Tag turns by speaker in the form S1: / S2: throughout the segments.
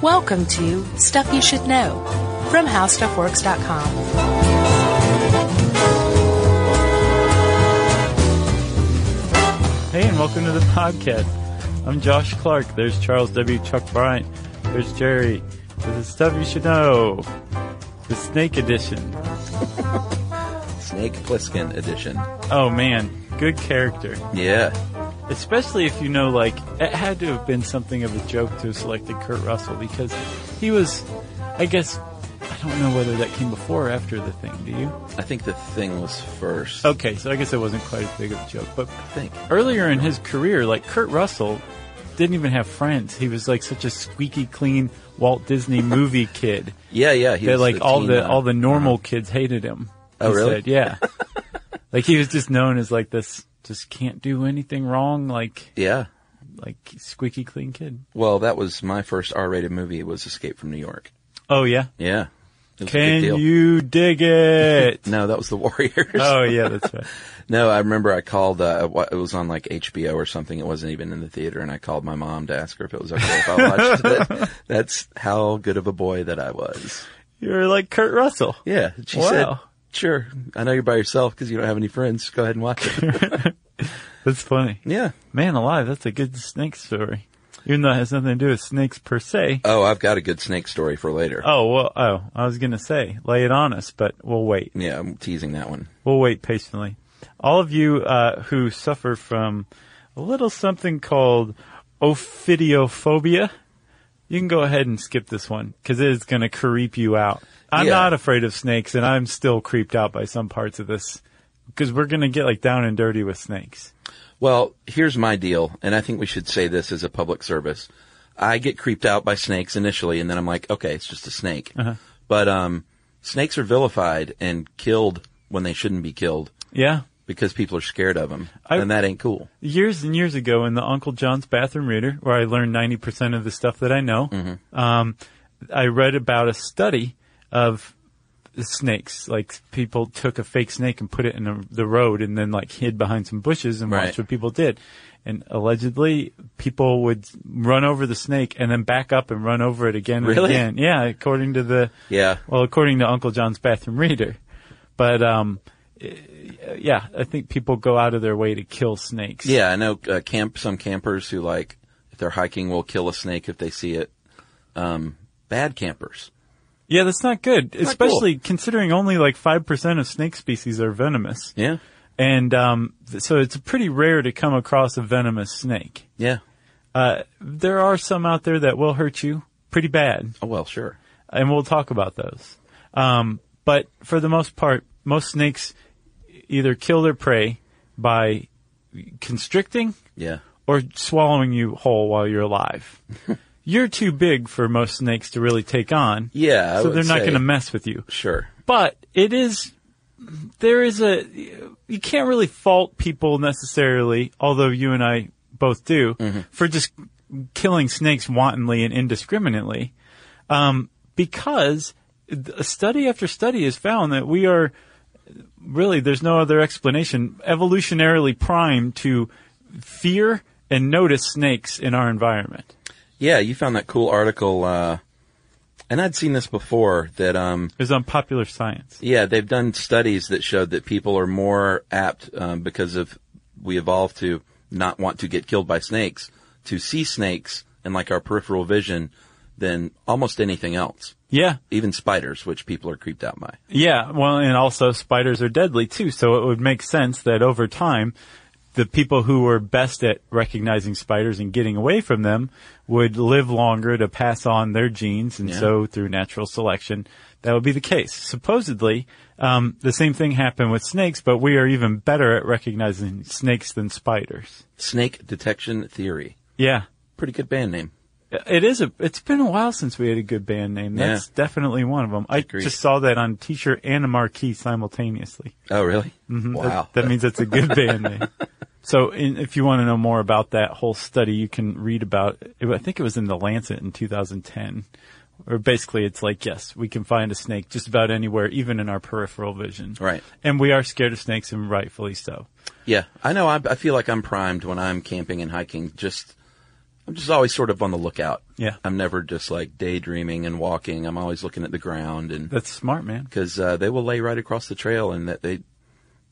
S1: Welcome to Stuff You Should Know from HowStuffWorks.com.
S2: Hey, and welcome to the podcast. I'm Josh Clark. There's Charles W. Chuck Bryant. There's Jerry. This is stuff you should know. The Snake Edition.
S3: Snake Plissken edition.
S2: Oh man, good character.
S3: Yeah.
S2: Especially if you know, like, it had to have been something of a joke to have selected Kurt Russell because he was, I guess, I don't know whether that came before or after the thing. Do you?
S3: I think the thing was first.
S2: Okay, so I guess it wasn't quite as big of a joke, but
S3: I think.
S2: earlier in his career, like Kurt Russell didn't even have friends. He was like such a squeaky clean Walt Disney movie kid
S3: Yeah, yeah. He
S2: that
S3: was
S2: like
S3: the
S2: all
S3: teen
S2: the
S3: guy. Uh-huh.
S2: all the normal kids hated him.
S3: Oh,
S2: he
S3: really?
S2: said. Yeah. like he was just known as like this just can't do anything wrong, like
S3: Yeah.
S2: like squeaky clean kid.
S3: Well, that was my first R-rated movie. Was Escape from New York.
S2: Oh yeah.
S3: Yeah. It was a big
S2: Can
S3: deal.
S2: you dig it?
S3: No, that was the Warriors.
S2: oh yeah, that's right.
S3: No, I remember I called. Uh, wha- it was on like HBO or something. It wasn't even in the theater, and I called my mom to ask her if it was okay if I watched it. That's how good of a boy that I was.
S2: You were like Kurt Russell.
S3: Yeah. She
S2: Wow.
S3: said, "Sure, I know you're by yourself because you don't have any friends. Go ahead and watch it."
S2: That's funny.
S3: yeah.
S2: Man alive, that's a good snake story. Even though it has nothing to do with snakes per se.
S3: Oh, I've got a good snake story for later.
S2: Oh well. Oh, I was gonna say, lay it on us, but we'll wait.
S3: Yeah, I'm teasing that one.
S2: We'll wait patiently. All of you uh, who suffer from a little something called ophidiophobia, you can go ahead and skip this one because it is gonna creep you out. I'm
S3: Yeah.
S2: not afraid of snakes, and I'm still creeped out by some parts of this because we're gonna get like down and dirty with snakes.
S3: Well, here's my deal, and I think we should say this as a public service. I get creeped out by snakes initially, and then I'm like, okay, it's just a snake.
S2: Uh-huh.
S3: But um, snakes are vilified and killed when they shouldn't be killed
S2: Yeah.
S3: because people are scared of them,
S2: I-
S3: and that ain't cool.
S2: years and years ago in the Uncle John's bathroom reader, where I learned 90% of the stuff that I know,
S3: Mm-hmm.
S2: um, I read about a study of snakes. Like people took a fake snake and put it in a, the road and then like hid behind some bushes and
S3: Right.
S2: watched what people did. And allegedly people would run over the snake and then back up and run over it again and
S3: Really?
S2: again. Yeah, according to the,
S3: Yeah,
S2: well, according to Uncle John's bathroom reader. But, um, eh, yeah, I think people go out of their way to kill snakes.
S3: yeah. I know uh, camp some campers who like if they're hiking will kill a snake if they see it. Um, bad campers.
S2: Yeah, that's not good,
S3: not
S2: especially considering only like 5% of snake species are venomous.
S3: Yeah,
S2: And um, th- so it's pretty rare to come across a venomous snake.
S3: yeah.
S2: Uh, there are some out there that will hurt you pretty bad,
S3: Oh well, sure.
S2: and we'll talk about those. Um, but for the most part, most snakes either kill their prey by constricting
S3: Yeah.
S2: or swallowing you whole while you're alive. you're too big for most snakes to really take on.
S3: Yeah, I
S2: So
S3: would
S2: they're not
S3: say-
S2: going to mess with you.
S3: Sure.
S2: but it is there is a you can't really fault people necessarily although you and i both do for just killing snakes wantonly and indiscriminately um, because th- study after study has found that we are really there's no other explanation evolutionarily primed to fear and notice snakes in our environment
S3: Yeah, you found that cool article, uh, and I'd seen this before that, um,
S2: it's unpopular science
S3: yeah, they've done studies that showed that people are more apt, um, because of, we evolved to not want to get killed by snakes, to see snakes in like our peripheral vision than almost anything else.
S2: yeah
S3: Even spiders, which people are creeped out by.
S2: Yeah, well, and also spiders are deadly too, so it would make sense that over time, the people who were best at recognizing spiders and getting away from them would live longer to pass on their genes, and
S3: Yeah.
S2: so through natural selection, that would be the case. Supposedly, um, the same thing happened with snakes, but we are even better at recognizing snakes than spiders.
S3: Snake detection theory.
S2: Yeah.
S3: Pretty good band name.
S2: It is a. It's been a while since we had a good band name. That's definitely one of them. I
S3: Agreed.
S2: just saw that on T-shirt and a marquee simultaneously.
S3: Oh, really? Wow.
S2: That means it's a good band name. So in, if you want to know more about that whole study, you can read about it. I think it was in The Lancet in 2010. Or basically it's like, yes, we can find a snake just about anywhere, even in our peripheral vision.
S3: Right.
S2: And we are scared of snakes and rightfully so.
S3: Yeah, I know. I, I feel like I'm primed when I'm camping and hiking. Just I'm just always sort of on the lookout.
S2: Yeah.
S3: I'm never just like daydreaming and walking. I'm always looking at the ground and
S2: That's smart, man.
S3: because uh, they will lay right across the trail and that they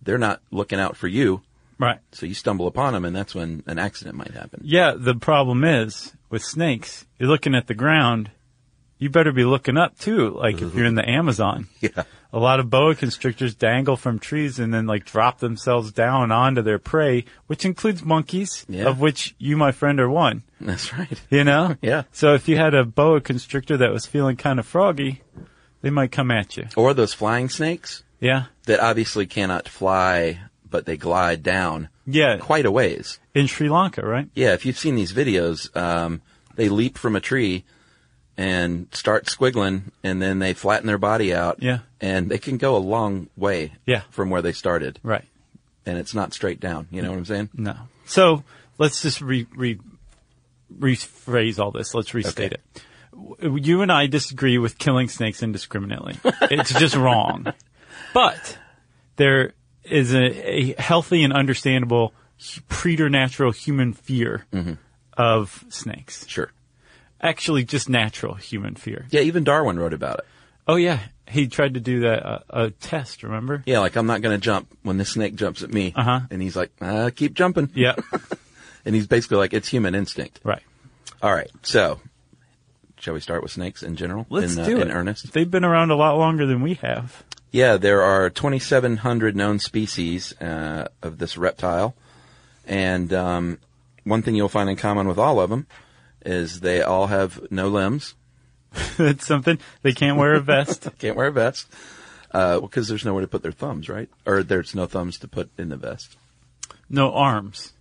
S3: they're not looking out for you.
S2: Right.
S3: So you stumble upon them, and that's when an accident might happen.
S2: Yeah, the problem is with snakes, you're looking at the ground. You better be looking up too, like if you're in the Amazon.
S3: Yeah.
S2: A lot of boa constrictors dangle from trees and then like drop themselves down onto their prey, which includes monkeys,
S3: Yeah.
S2: of which you, my friend, are one.
S3: That's right.
S2: You know?
S3: Yeah.
S2: So if you had a boa constrictor that was feeling kind of froggy, they might come at you.
S3: Or those flying snakes
S2: Yeah.
S3: that obviously cannot fly, but they glide down
S2: Yeah.
S3: quite a ways.
S2: In Sri Lanka, right?
S3: Yeah, if you've seen these videos, um, they leap from a tree and start squiggling, and then they flatten their body out.
S2: Yeah.
S3: And they can go a long way
S2: Yeah.
S3: from where they started,
S2: Right.
S3: and it's not straight down. You know what I'm saying?
S2: No. So let's just re, re, rephrase all this. Let's restate
S3: Okay.
S2: it. W- You and I disagree with killing snakes indiscriminately. it's just wrong. But there is a, a healthy and understandable hu- preternatural human fear
S3: Mm-hmm.
S2: of snakes.
S3: Sure.
S2: Actually, just natural human fear.
S3: Yeah, even Darwin wrote about it.
S2: Oh yeah, he tried to do that uh, a test. Remember?
S3: Yeah, like I'm not going to jump when this snake jumps at me.
S2: Uh-huh.
S3: And he's like, uh, keep jumping.
S2: Yeah.
S3: And he's basically like, it's human instinct.
S2: right.
S3: All right. So, shall we start with snakes in general?
S2: Let's
S3: in, uh,
S2: do it.
S3: In earnest?
S2: They've been around a lot longer than we have.
S3: Yeah, there are 2,700 known species uh, of this reptile. And um, one thing you'll find in common with all of them is they all have no limbs.
S2: That's something. They can't wear a vest.
S3: Can't wear a vest. Uh, because there's nowhere to put their thumbs, right? Or there's no thumbs to put in the vest.
S2: no arms.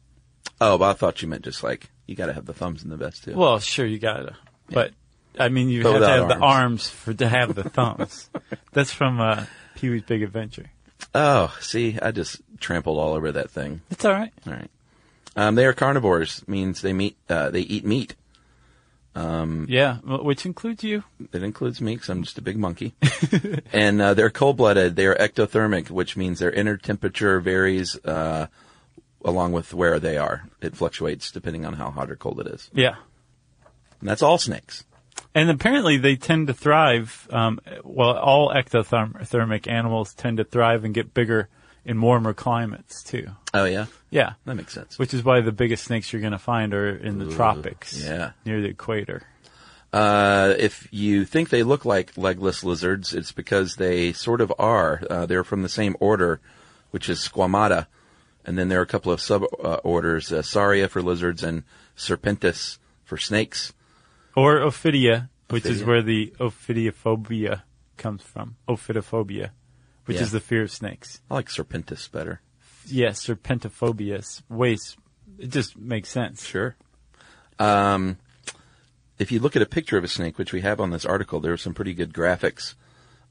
S3: Oh, but I thought you meant just like, you gotta have the thumbs in the vest too.
S2: Well, sure, you gotta. But, I mean, you
S3: But
S2: have to have
S3: without
S2: the arms for to have the thumbs. That's from uh, Pee Wee's Big Adventure.
S3: Oh, see, I just trampled all over that thing.
S2: It's all right.
S3: All right. Um, they are carnivores, means they meat, uh, they eat meat.
S2: Yeah, well, which includes you.
S3: That includes me, because I'm just a big monkey. and uh, they're cold-blooded. They are ectothermic, which means their inner temperature varies uh, along with where they are. It fluctuates depending on how hot or cold it is.
S2: Yeah.
S3: And that's all snakes.
S2: And apparently they tend to thrive, um, well, all ectothermic animals tend to thrive and get bigger in warmer climates, too.
S3: Oh yeah,
S2: Yeah.
S3: that makes sense.
S2: Which is why the biggest snakes you're going to find are in the tropics.
S3: yeah.
S2: Near the equator.
S3: Uh, if you think they look like legless lizards, it's because they sort of are. Uh, they're from the same order, which is Squamata. And then there are a couple of suborders, uh, orders, uh, Saria for lizards and Serpentis for snakes.
S2: Or Ophidia, which is
S3: Ophidia.
S2: where the Ophidiophobia comes from. Ophidophobia, which
S3: Yeah.
S2: is the fear of snakes.
S3: I like Serpentis better.
S2: Yes, serpentophobia is waste. It just makes sense.
S3: Sure. Um, if you look at a picture of a snake, which we have on this article, there are some pretty good graphics.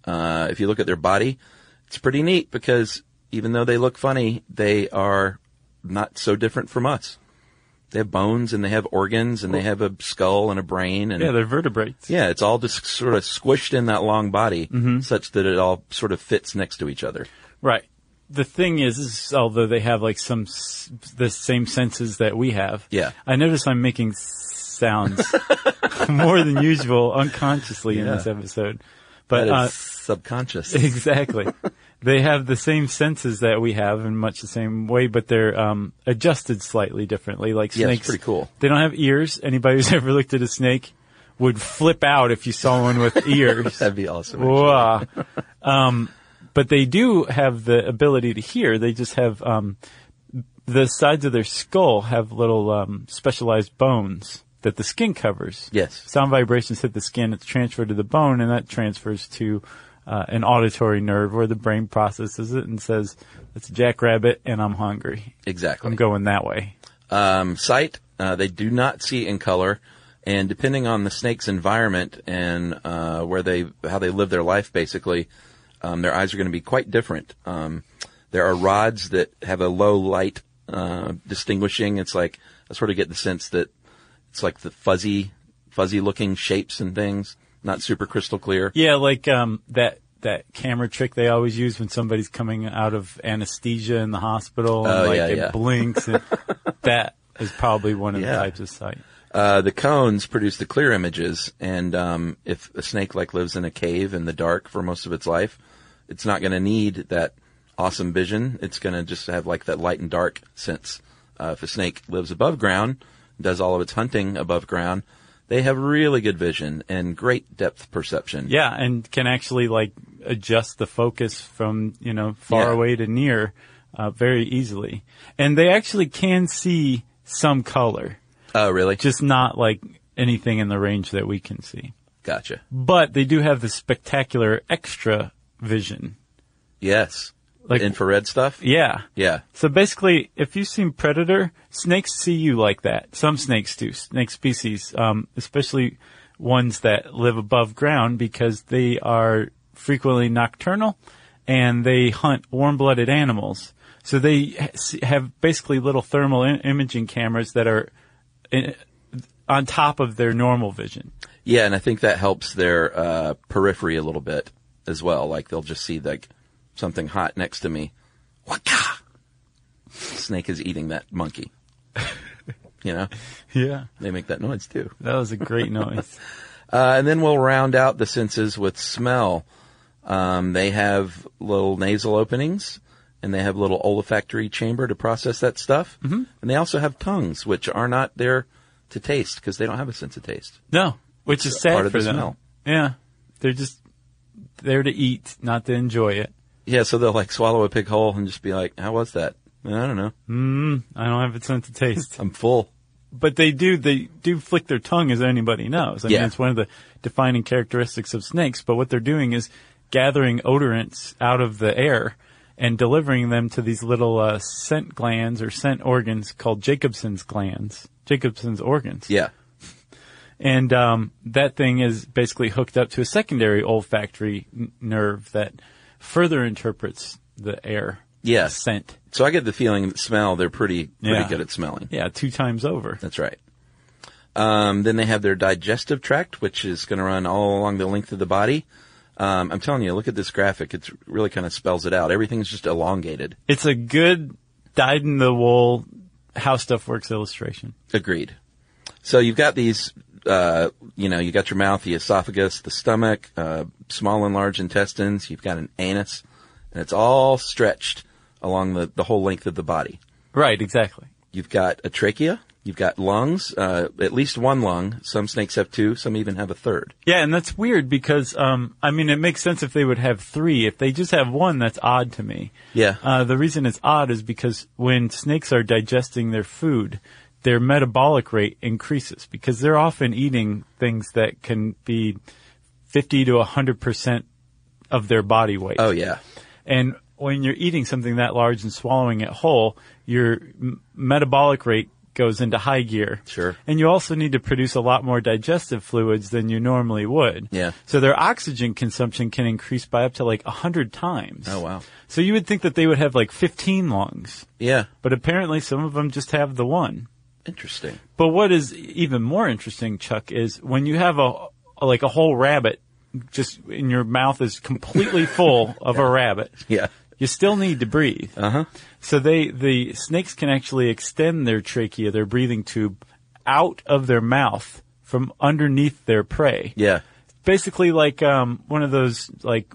S3: Uh, if you look at their body, it's pretty neat because even though they look funny, they are not so different from us. They have bones and they have organs and they have a skull and a brain and
S2: Yeah, they're vertebrates.
S3: Yeah, it's all just sort of squished in that long body
S2: Mm-hmm.
S3: such that it all sort of fits next to each other.
S2: Right. The thing is, is, although they have like some s- the same senses that we have.
S3: Yeah.
S2: I notice I'm making s- sounds more than usual unconsciously in
S3: Yeah.
S2: this episode.
S3: That
S2: But
S3: is
S2: uh,
S3: subconscious.
S2: Exactly. they have the same senses that we have in much the same way, but they're um, adjusted slightly differently. Like
S3: Yeah, it's
S2: snakes,
S3: pretty cool.
S2: They don't have ears. Anybody who's ever looked at a snake would flip out if you saw one with ears.
S3: That'd be awesome. actually.
S2: Wow. um, but they do have the ability to hear. They just have um, the sides of their skull have little um, specialized bones that the skin covers.
S3: Yes.
S2: Sound vibrations hit the skin. It's transferred to the bone, and that transfers to uh, an auditory nerve where the brain processes it and says, "It's a jackrabbit, and I'm hungry.
S3: Exactly.
S2: I'm going that way."
S3: um, sight. Uh, they do not see in color, and depending on the snake's environment and uh, where they how they live their life, basically, um, their eyes are going to be quite different. Um, there are rods that have a low light uh, distinguishing. It's like I sort of get the sense that it's like the fuzzy, fuzzy looking shapes and things, not super crystal clear.
S2: Yeah, like um, that that camera trick they always use when somebody's coming out of anesthesia in the hospital, and
S3: Oh,
S2: like
S3: yeah,
S2: it
S3: yeah.
S2: blinks. And that is probably one of
S3: Yeah.
S2: the types of sight.
S3: Uh, the cones produce the clear images, and um, if a snake like lives in a cave in the dark for most of its life, it's not going to need that awesome vision. It's going to just have like that light and dark sense. Uh, if a snake lives above ground, does all of its hunting above ground, they have really good vision and great depth perception.
S2: Yeah, and can actually like adjust the focus from you know far
S3: Yeah.
S2: away to near uh, very easily, and they actually can see some color,
S3: Oh, really?
S2: just not like anything in the range that we can see.
S3: Gotcha.
S2: But they do have the spectacular extra vision.
S3: Yes.
S2: Like-
S3: the infrared stuff?
S2: Yeah.
S3: Yeah.
S2: So basically, if you've seen Predator, snakes see you like that. Some snakes do. Snake species, um, especially ones that live above ground because they are frequently nocturnal and they hunt warm-blooded animals. So they ha- s- have basically little thermal i- imaging cameras that are in, on top of their normal vision.
S3: Yeah, and I think that helps their uh, periphery a little bit as well. Like they'll just see like something hot next to me. Waka! Snake is eating that monkey. you know,
S2: Yeah.
S3: they make that noise too.
S2: That was a great noise.
S3: Uh, and then we'll round out the senses with smell. Um, they have little nasal openings and they have little olfactory chamber to process that stuff. Mm-hmm. And they also have tongues, which are not there to taste because they don't have a sense of taste.
S2: No, which is
S3: It's
S2: sad
S3: part of
S2: for
S3: the
S2: them.
S3: smell.
S2: Yeah, they're just there to eat, not to enjoy it.
S3: Yeah, so they'll like swallow a pig whole and just be like, "How was that?" I don't know.
S2: I don't have a sense of taste,
S3: I'm full.
S2: but they do. They do flick their tongue, as anybody knows. I mean,
S3: Yeah.
S2: it's one of the defining characteristics of snakes. But what they're doing is gathering odorants out of the air and delivering them to these little uh, scent glands or scent organs called Jacobson's glands, Jacobson's organs.
S3: Yeah,
S2: And um, that thing is basically hooked up to a secondary olfactory n- nerve that further interprets the air
S3: yeah.
S2: scent.
S3: So I get the feeling that smell. They're pretty pretty
S2: Yeah.
S3: good at smelling.
S2: Yeah, two times over.
S3: That's right. Um, then they have their digestive tract, which is going to run all along the length of the body. Um, I'm telling you, look at this graphic. It really kind of spells it out. Everything's just elongated.
S2: It's a good dyed in the wool how stuff works illustration.
S3: Agreed. So you've got these, uh, you know, you got your mouth, the esophagus, the stomach, uh, small and large intestines. You've got an anus, and it's all stretched along the, the whole length of the body.
S2: Right, exactly.
S3: You've got a trachea. You've got lungs, uh, at least one lung. Some snakes have two. Some even have a third.
S2: Yeah, and that's weird because um, I mean it makes sense if they would have three. If they just have one, that's odd to me.
S3: Yeah.
S2: Uh, the reason it's odd is because when snakes are digesting their food, their metabolic rate increases because they're often eating things that can be fifty to hundred percent of their body weight.
S3: Oh yeah.
S2: And when you're eating something that large and swallowing it whole, your m- metabolic rate goes into high gear.
S3: Sure.
S2: And you also need to produce a lot more digestive fluids than you normally would.
S3: Yeah.
S2: So their oxygen consumption can increase by up to like 100 times.
S3: Oh, wow.
S2: So you would think that they would have like 15 lungs,
S3: Yeah.
S2: but apparently some of them just have the one.
S3: Interesting.
S2: But what is even more interesting, Chuck, is when you have a like a whole rabbit just in your mouth is completely full of a rabbit
S3: Yeah.
S2: you still need to breathe.
S3: Uh huh.
S2: So they, the snakes can actually extend their trachea, their breathing tube, out of their mouth from underneath their prey.
S3: Yeah.
S2: Basically like, um, one of those, like,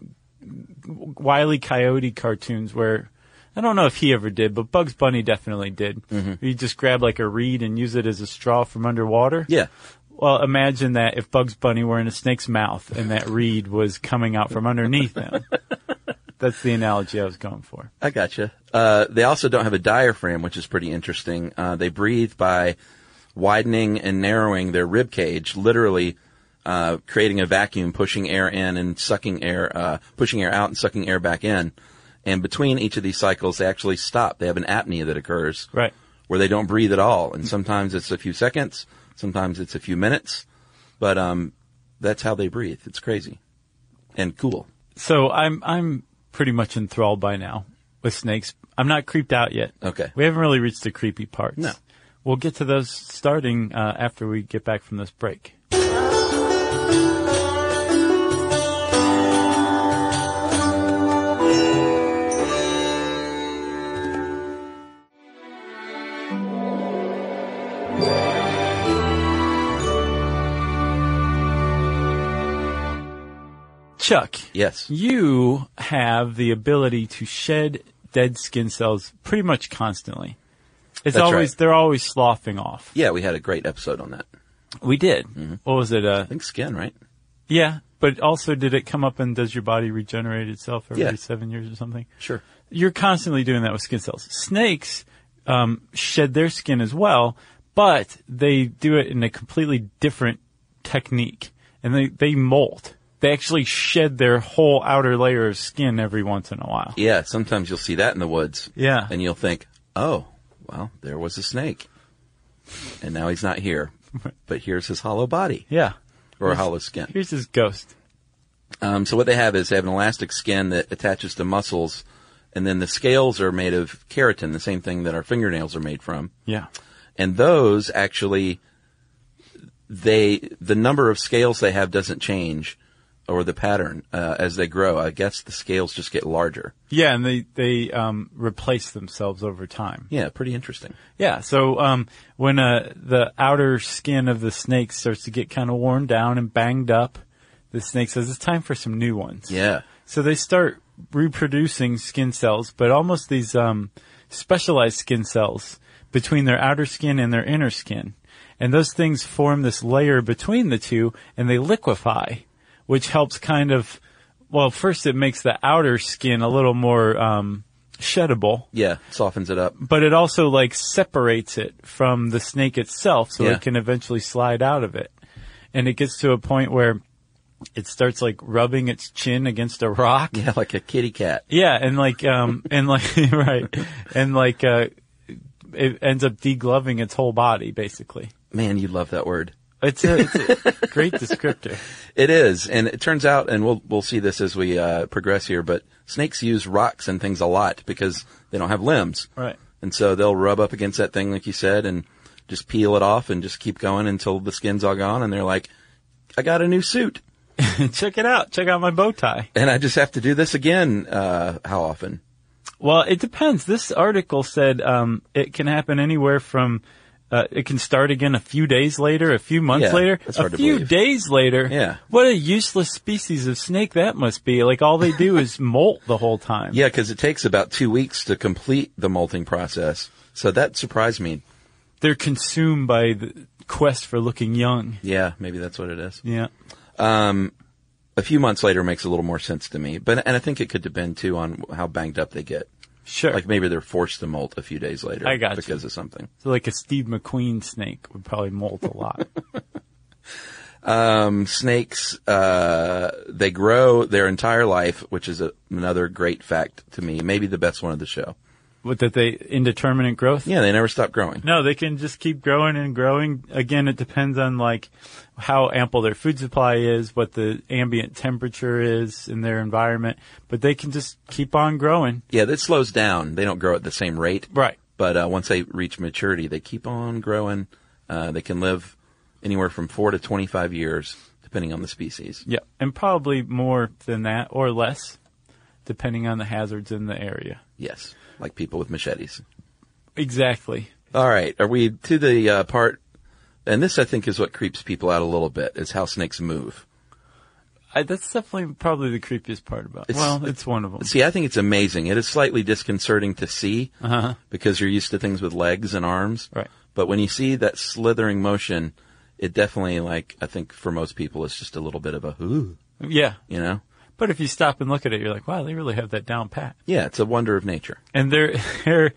S2: Wile E. Coyote cartoons where, I don't know if he ever did, but Bugs Bunny definitely did. You just grab like a reed and use it as a straw from underwater.
S3: Yeah.
S2: Well, imagine that if Bugs Bunny were in a snake's mouth and that reed was coming out from underneath him. That's the analogy I was going for.
S3: I gotcha. Uh, they also don't have a diaphragm, which is pretty interesting. Uh, they breathe by widening and narrowing their rib cage, literally uh, creating a vacuum, pushing air in and sucking air, uh, pushing air out and sucking air back in. And between each of these cycles, they actually stop. They have an apnea that occurs
S2: Right.
S3: where they don't breathe at all. And sometimes it's a few seconds, sometimes it's a few minutes, but um, that's how they breathe. It's crazy and cool.
S2: So I'm I'm pretty much enthralled by now with snakes. I'm not creeped out yet.
S3: Okay.
S2: We haven't really reached the creepy parts.
S3: No.
S2: We'll get to those starting uh, after we get back from this break. Chuck.
S3: Yes.
S2: You have the ability to shed dead skin cells pretty much constantly. It's
S3: That's
S2: always
S3: right.
S2: they're always sloughing off.
S3: Yeah, we had a great episode on that. I
S2: We did. What was it? Uh,
S3: think skin, right?
S2: yeah, but also did it come up and does your body regenerate itself every
S3: Yeah.
S2: seven years or something?
S3: Sure.
S2: You're constantly doing that with skin cells. Snakes um, shed their skin as well, but they do it in a completely different technique, and they they molt. They actually shed their whole outer layer of skin every once in a while.
S3: Yeah, sometimes you'll see that in the woods.
S2: Yeah.
S3: And you'll think, oh, well, there was a snake. And now he's not here. But here's his hollow body
S2: Yeah.
S3: or hollow skin.
S2: Here's his ghost.
S3: Um, so what they have is they have an elastic skin that attaches to muscles, and then the scales are made of keratin, the same thing that our fingernails are made from.
S2: Yeah.
S3: And those actually, they the number of scales they have doesn't change, or the pattern uh, as they grow. I guess the scales just get larger.
S2: Yeah, and they they um, replace themselves over time.
S3: Yeah, pretty interesting.
S2: Yeah, so um, when uh, the outer skin of the snake starts to get kind of worn down and banged up, the snake says it's time for some new ones.
S3: Yeah,
S2: So they start reproducing skin cells, but almost these um, specialized skin cells between their outer skin and their inner skin. And those things form this layer between the two and they liquefy, which helps kind of, well, first it makes the outer skin a little more um, sheddable
S3: yeah, softens it up.
S2: but it also like separates it from the snake itself so
S3: Yeah.
S2: it can eventually slide out of it. And it gets to a point where it starts like rubbing its chin against a rock.
S3: Yeah, like a kitty cat.
S2: Yeah, and like um and like right. And like uh it ends up degloving its whole body basically.
S3: Man, you love that word.
S2: It's a, it's a great descriptor.
S3: It is, and it turns out, and we'll we'll see this as we uh, progress here. But snakes use rocks and things a lot because they don't have limbs,
S2: Right.
S3: and so they'll rub up against that thing, like you said, and just peel it off and just keep going until the skin's all gone, and they're like, "I got a new suit,
S2: Check it out. Check out my bow tie.
S3: and I just have to do this again." Uh, how often?
S2: Well, it depends. This article said um, it can happen anywhere from uh, it can start again a few days later, a few months
S3: Yeah,
S2: later,
S3: that's
S2: a
S3: hard to
S2: few
S3: believe.
S2: days later.
S3: Yeah.
S2: What a useless species of snake that must be. Like all they do is molt the whole time.
S3: Yeah, because it takes about two weeks to complete the molting process, so that surprised me.
S2: They're consumed by the quest for looking young.
S3: Yeah, maybe that's what it is.
S2: Yeah.
S3: A few months later makes a little more sense to me, but and I think it could depend too on how banged up they get.
S2: Sure.
S3: Like maybe they're forced to molt a few days later.
S2: I got you.
S3: because of something.
S2: so like a Steve McQueen snake would probably molt a lot.
S3: Um, snakes, uh, they grow their entire life, which is a, another great fact to me. Maybe the best one of the show.
S2: What that they indeterminate growth?
S3: Yeah, they never stop growing.
S2: No, they can just keep growing and growing. Again, it depends on like how ample their food supply is, what the ambient temperature is in their environment, but they can just keep on growing.
S3: Yeah, that slows down. They don't grow at the same rate,
S2: Right.
S3: but uh, once they reach maturity, they keep on growing. Uh, they can live anywhere from four to twenty-five years, depending on the species.
S2: Yeah. And probably more than that or less, depending on the hazards in the area.
S3: Yes, like people with machetes.
S2: Exactly.
S3: All right, are we to the uh, part? And this, I think, is what creeps people out a little bit: is how snakes move.
S2: I, that's definitely probably the creepiest part about it.
S3: It's-
S2: well, it's one of them.
S3: See, I think it's amazing. It is slightly disconcerting to see
S2: Uh-huh.
S3: because you're used to things with legs and arms.
S2: Right.
S3: But when you see that slithering motion, it definitely, like, I think for most people, it's just a little bit of a ooh,
S2: Yeah.
S3: you know?
S2: But if you stop and look at it, you're like, wow, they really have that down pat.
S3: Yeah, it's a wonder of nature.
S2: and they're, they're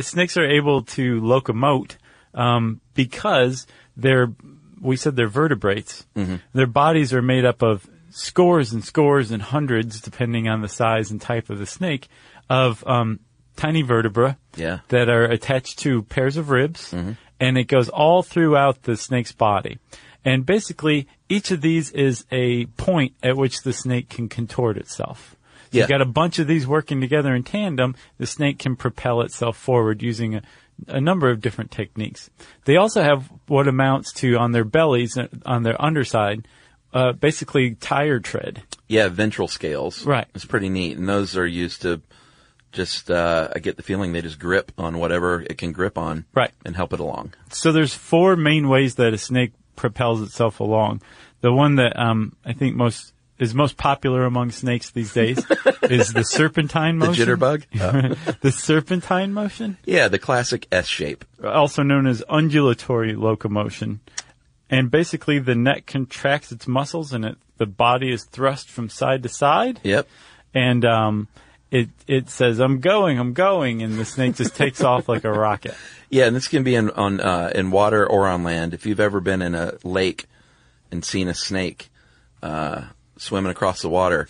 S2: snakes are able to locomote um, because they're we said they're vertebrates. Their bodies are made up of scores and scores and hundreds, depending on the size and type of the snake, of um, tiny vertebra
S3: Yeah.
S2: that are attached to pairs of ribs, and it goes all throughout the snake's body. And basically, each of these is a point at which the snake can contort itself. So
S3: Yeah.
S2: You've got a bunch of these working together in tandem. The snake can propel itself forward using a, a number of different techniques. They also have what amounts to on their bellies, uh, on their underside, uh, basically tire tread.
S3: Yeah, ventral scales.
S2: Right.
S3: It's pretty neat. And those are used to just, uh, I get the feeling they just grip on whatever it can grip on.
S2: Right.
S3: And help it along.
S2: So there's four main ways that a snake propels itself along. The one that um, I think most is most popular among snakes these days is the serpentine
S3: The
S2: motion.
S3: jitterbug? Uh,
S2: the serpentine motion,
S3: yeah, the classic S shape.
S2: also known as undulatory locomotion. And basically the neck contracts its muscles and it, the body is thrust from side to side.
S3: Yep.
S2: And, um, it, it says, I'm going, I'm going. And the snake just takes off like a rocket.
S3: Yeah, and this can be in on uh, in water or on land. If you've ever been in a lake and seen a snake uh, swimming across the water,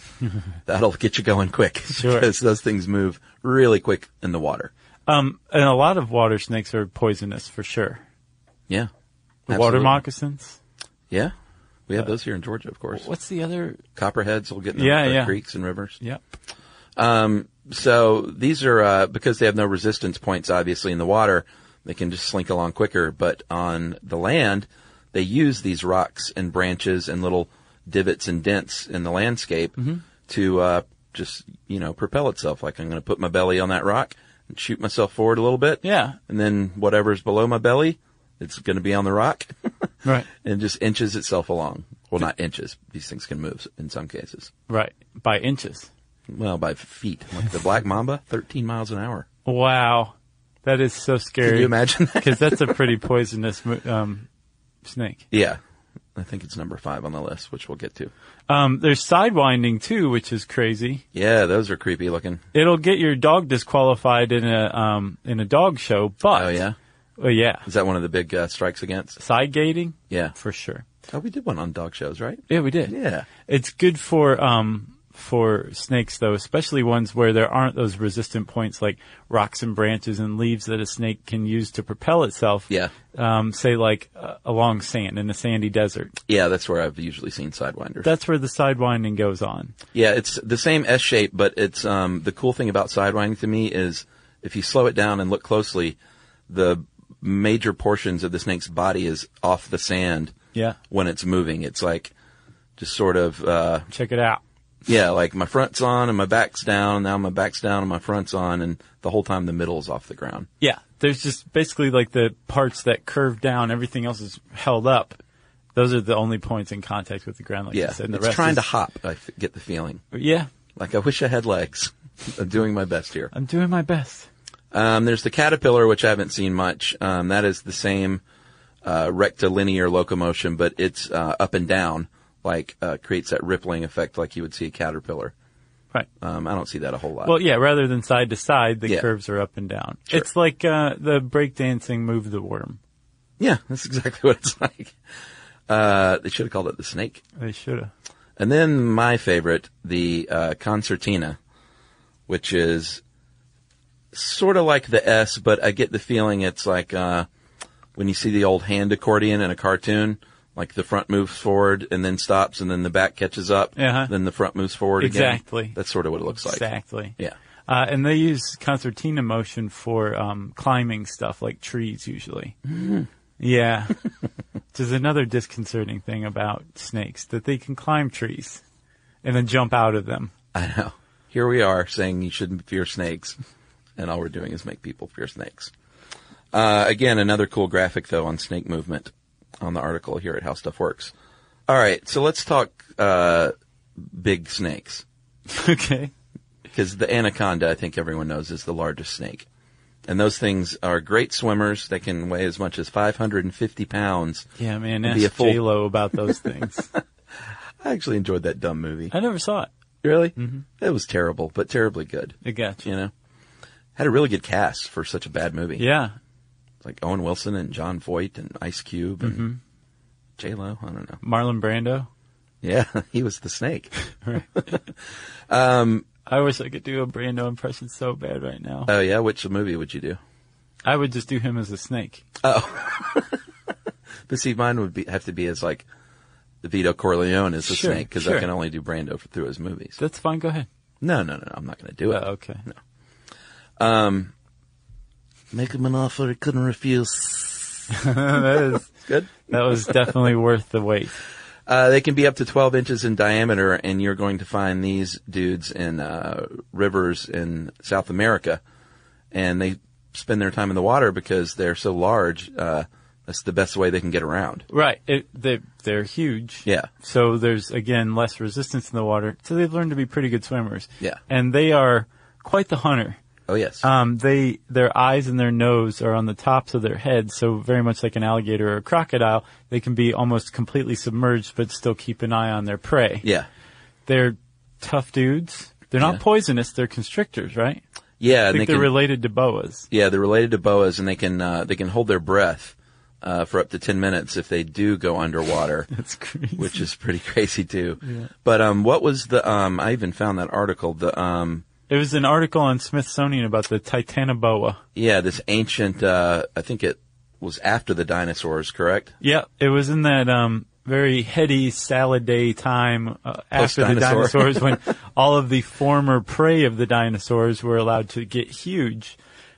S3: that'll get you going quick
S2: Sure.
S3: because those things move really quick in the water.
S2: Um, and a lot of water snakes are poisonous for sure.
S3: Yeah,
S2: The water
S3: Absolutely.
S2: moccasins.
S3: Yeah, we have those here in Georgia, of course.
S2: What's the other?
S3: Copperheads will get in the,
S2: Yeah,
S3: the
S2: yeah.
S3: creeks and rivers.
S2: Yep.
S3: So these are uh, because they have no resistance points, obviously in the water, they can just slink along quicker. But on the land, they use these rocks and branches and little divots and dents in the landscape to uh, just you know propel itself. Like I'm going to put my belly on that rock and shoot myself forward a little bit.
S2: Yeah.
S3: and then whatever's below my belly, it's going to be on the rock
S2: Right.
S3: and just inches itself along. Well, not inches. These things can move in some cases.
S2: Right. By inches.
S3: Well, by feet. Like the black mamba, 13 miles an hour.
S2: Wow. That is so scary.
S3: Can you imagine that?
S2: Because that's a pretty poisonous mo- um, snake.
S3: Yeah. I think it's number five on the list, which we'll get to.
S2: Um, there's sidewinding too, which is crazy.
S3: Yeah, those are creepy looking.
S2: It'll get your dog disqualified in a um, in a dog show, but
S3: Oh, yeah?
S2: Well, yeah,
S3: Is that one of the big uh, strikes against?
S2: side gating
S3: Yeah.
S2: for sure.
S3: Oh, we did one on dog shows, right?
S2: Yeah, we did.
S3: Yeah.
S2: It's good for um for snakes though, especially ones where there aren't those resistant points like rocks and branches and leaves that a snake can use to propel itself.
S3: Yeah.
S2: Um, say like uh, along sand in a sandy desert.
S3: Yeah, that's where I've usually seen sidewinders.
S2: That's where the sidewinding goes on.
S3: yeah, it's the same S shape, but it's, um, the cool thing about sidewinding to me is if you slow it down and look closely, the major portions of the snake's body is off the sand
S2: Yeah.
S3: when it's moving. It's like just sort of, uh,
S2: Check it out.
S3: Yeah, like my front's on and my back's down. Now my back's down and my front's on, and the whole time the middle's off the ground.
S2: Yeah. There's just basically like the parts that curve down. Everything else is held up. Those are the only points in contact with the ground, like
S3: Yeah,
S2: you said. And the
S3: it's
S2: rest is-
S3: trying to hop. I f- get the feeling.
S2: Yeah.
S3: Like I wish I had legs. I'm doing my best here.
S2: I'm doing my best.
S3: Um, there's the caterpillar, which I haven't seen much. Um, that is the same uh, rectilinear locomotion, but it's uh, up and down. Like uh, creates that rippling effect, like you would see a caterpillar.
S2: Right.
S3: Um, I don't see that a whole lot.
S2: Well, yeah, rather than side to side, the
S3: Yeah.
S2: curves are up and down.
S3: Sure.
S2: It's like uh, the breakdancing move the worm.
S3: yeah, that's exactly what it's like. Uh, they should have called it the snake.
S2: They should have.
S3: And then my favorite, the uh, concertina, which is sort of like the S, but I get the feeling it's like uh, when you see the old hand accordion in a cartoon, like the front moves forward and then stops, and then the back catches up,
S2: Uh-huh.
S3: then the front moves forward again.
S2: Exactly.
S3: That's sort of what it looks like.
S2: Exactly.
S3: Yeah.
S2: Uh, and they use concertina motion for um, climbing stuff like trees usually.
S3: Mm-hmm.
S2: Yeah. Which is another disconcerting thing about snakes that they can climb trees and then jump out of them.
S3: I know. Here we are saying you shouldn't fear snakes, and all we're doing is make people fear snakes. Uh, again, another cool graphic though on snake movement on the article here at How Stuff Works. All right, so let's talk uh, big snakes
S2: okay.
S3: because the anaconda, I think everyone knows, is the largest snake, and those things are great swimmers. They can weigh as much as 550 pounds.
S2: Yeah, man.
S3: It'd be a
S2: Ask
S3: full-
S2: J Lo about those things.
S3: I actually enjoyed that dumb movie.
S2: I never saw it.
S3: Really? Mm-hmm. It was terrible, but terribly good.
S2: I got
S3: You know, had a really good cast for such a bad movie.
S2: Yeah.
S3: like Owen Wilson and John Voight and Ice Cube and
S2: Mm-hmm.
S3: J Lo. I don't know.
S2: Marlon Brando.
S3: Yeah, he was the snake.
S2: I wish I could do a Brando impression so bad right now.
S3: Oh yeah, which movie would you do?
S2: I would just do him as a snake.
S3: But see, mine would be have to be as like Vito Corleone as the
S2: Sure,
S3: snake because I
S2: sure.
S3: can only do Brando f- through his movies.
S2: That's fine. Go ahead.
S3: No, no, no, no, I'm not going to do it.
S2: Oh, okay.
S3: Make him an offer he couldn't refuse.
S2: that, is,
S3: Good.
S2: that was definitely worth the wait.
S3: Uh, they can be up to 12 inches in diameter, and you're going to find these dudes in uh, rivers in South America, and they spend their time in the water because they're so large. Uh, That's the best way they can get around.
S2: Right. It, they, they're huge.
S3: Yeah.
S2: So there's, again, less resistance in the water. So they've learned to be pretty good swimmers.
S3: Yeah.
S2: And they are quite the hunter.
S3: Oh yes.
S2: Um, they, their eyes and their nose are on the tops of their heads. So very much like an alligator or a crocodile, they can be almost completely submerged, but still keep an eye on their prey.
S3: yeah.
S2: They're tough dudes. They're not
S3: Yeah.
S2: poisonous. They're constrictors, right?
S3: Yeah.
S2: I
S3: and
S2: think
S3: they
S2: they're
S3: can,
S2: related to boas.
S3: yeah, they're related to boas, and they can uh, they can hold their breath uh, for up to ten minutes if they do go underwater.
S2: That's crazy.
S3: which is pretty crazy too. But um, what was the um? I even found that article. The um,
S2: It was an article on Smithsonian about the Titanoboa.
S3: yeah, this ancient. Uh, I think it was after the dinosaurs, correct?
S2: Yeah, it was in that um, very heady salad day time uh, after the
S3: Post-dinosaur.
S2: dinosaurs when all of the former prey of the dinosaurs were allowed to get huge.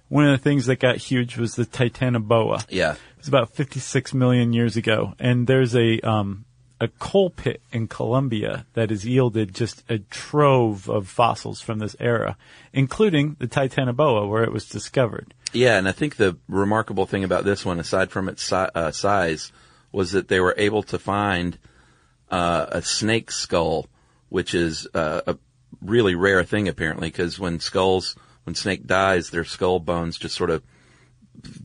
S2: One of the things that got huge was the Titanoboa.
S3: Yeah.
S2: It was about 56 million years ago, and there's a um, a coal pit in Colombia that has yielded just a trove of fossils from this era, including the Titanoboa where it was discovered.
S3: Yeah, and I think the remarkable thing about this one, aside from its si- uh, size, was that they were able to find uh, a snake skull, which is uh, a really rare thing apparently, because when skulls, when snake dies, their skull bones just sort of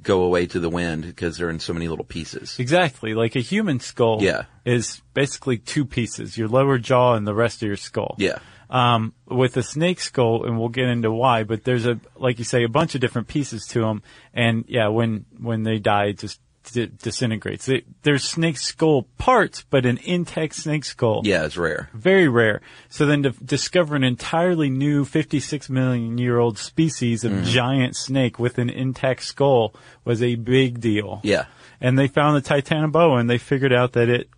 S3: go away to the wind because they're in so many little pieces.
S2: Exactly. Like a human skull
S3: Yeah.
S2: is basically two pieces, your lower jaw and the rest of your skull.
S3: Yeah.
S2: Um, with a snake skull, and we'll get into why, but there's a, like you say, a bunch of different pieces to them. And yeah, when, when they die, it just di- disintegrates. They, there's snake skull parts, but an intact snake skull.
S3: Yeah, it's rare.
S2: Very rare. So then to discover an entirely new 56 million year old species
S3: Mm-hmm.
S2: of giant snake with an intact skull was a big deal.
S3: Yeah.
S2: And they found the Titanoboa and they figured out that it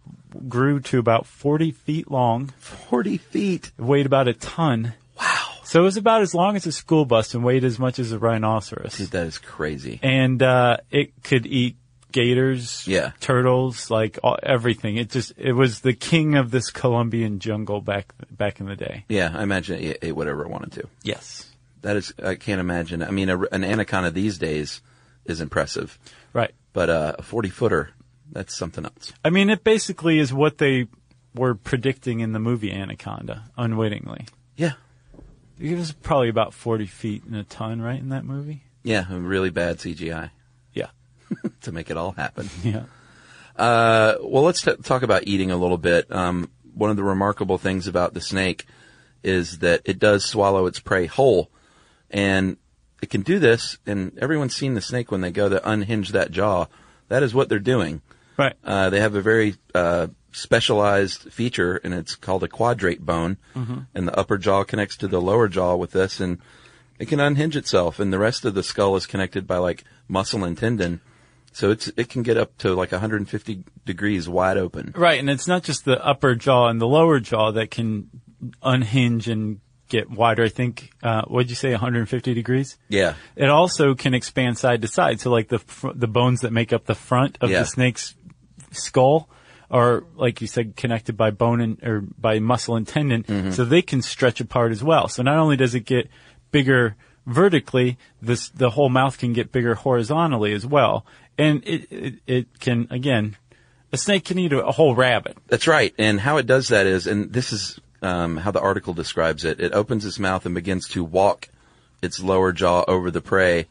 S2: grew to about 40 feet long,
S3: 40 feet.
S2: weighed about a ton.
S3: Wow.
S2: So it was about as long as a school bus and weighed as much as a rhinoceros.
S3: That is crazy.
S2: And, uh, it could eat gators,
S3: Yeah.
S2: turtles, like all, everything. It just, it was the king of this Colombian jungle back, back in the day.
S3: Yeah, I imagine it ate whatever it wanted to.
S2: Yes.
S3: That is, I can't imagine. I mean, a, an anaconda these days is impressive,
S2: Right.
S3: but uh, a 40 footer, that's something else.
S2: I mean, it basically is what they were predicting in the movie Anaconda, unwittingly.
S3: Yeah.
S2: It was probably about 40 feet and a ton, right, in that movie?
S3: Yeah, and really bad CGI
S2: Yeah.
S3: to make it all happen.
S2: Yeah.
S3: Uh, well, let's t- talk about eating a little bit. Um, one of the remarkable things about the snake is that it does swallow its prey whole, and it can do this. And everyone's seen the snake when they go to unhinge that jaw. That is what they're doing.
S2: Right.
S3: Uh, they have a very uh, specialized feature, and it's called a quadrate bone. And the upper jaw connects to the lower jaw with this, and it can unhinge itself. And the rest of the skull is connected by like muscle and tendon, so it's it can get up to like 150 degrees wide open.
S2: Right. And it's not just the upper jaw and the lower jaw that can unhinge and get wider. I think, uh, what'd you say, 150 degrees?
S3: Yeah,
S2: It also can expand side to side. So like the, fr- the bones that make up the front of
S3: Yeah.
S2: the snake's skull are, like you said, connected by bone and, or by muscle and tendon. So they can stretch apart as well. So not only does it get bigger vertically, this, the whole mouth can get bigger horizontally as well. And it, it, it can, again, a snake can eat a, a whole rabbit.
S3: that's right. And how it does that is, and this is um, how the article describes it. It opens its mouth and begins to walk its lower jaw over the prey.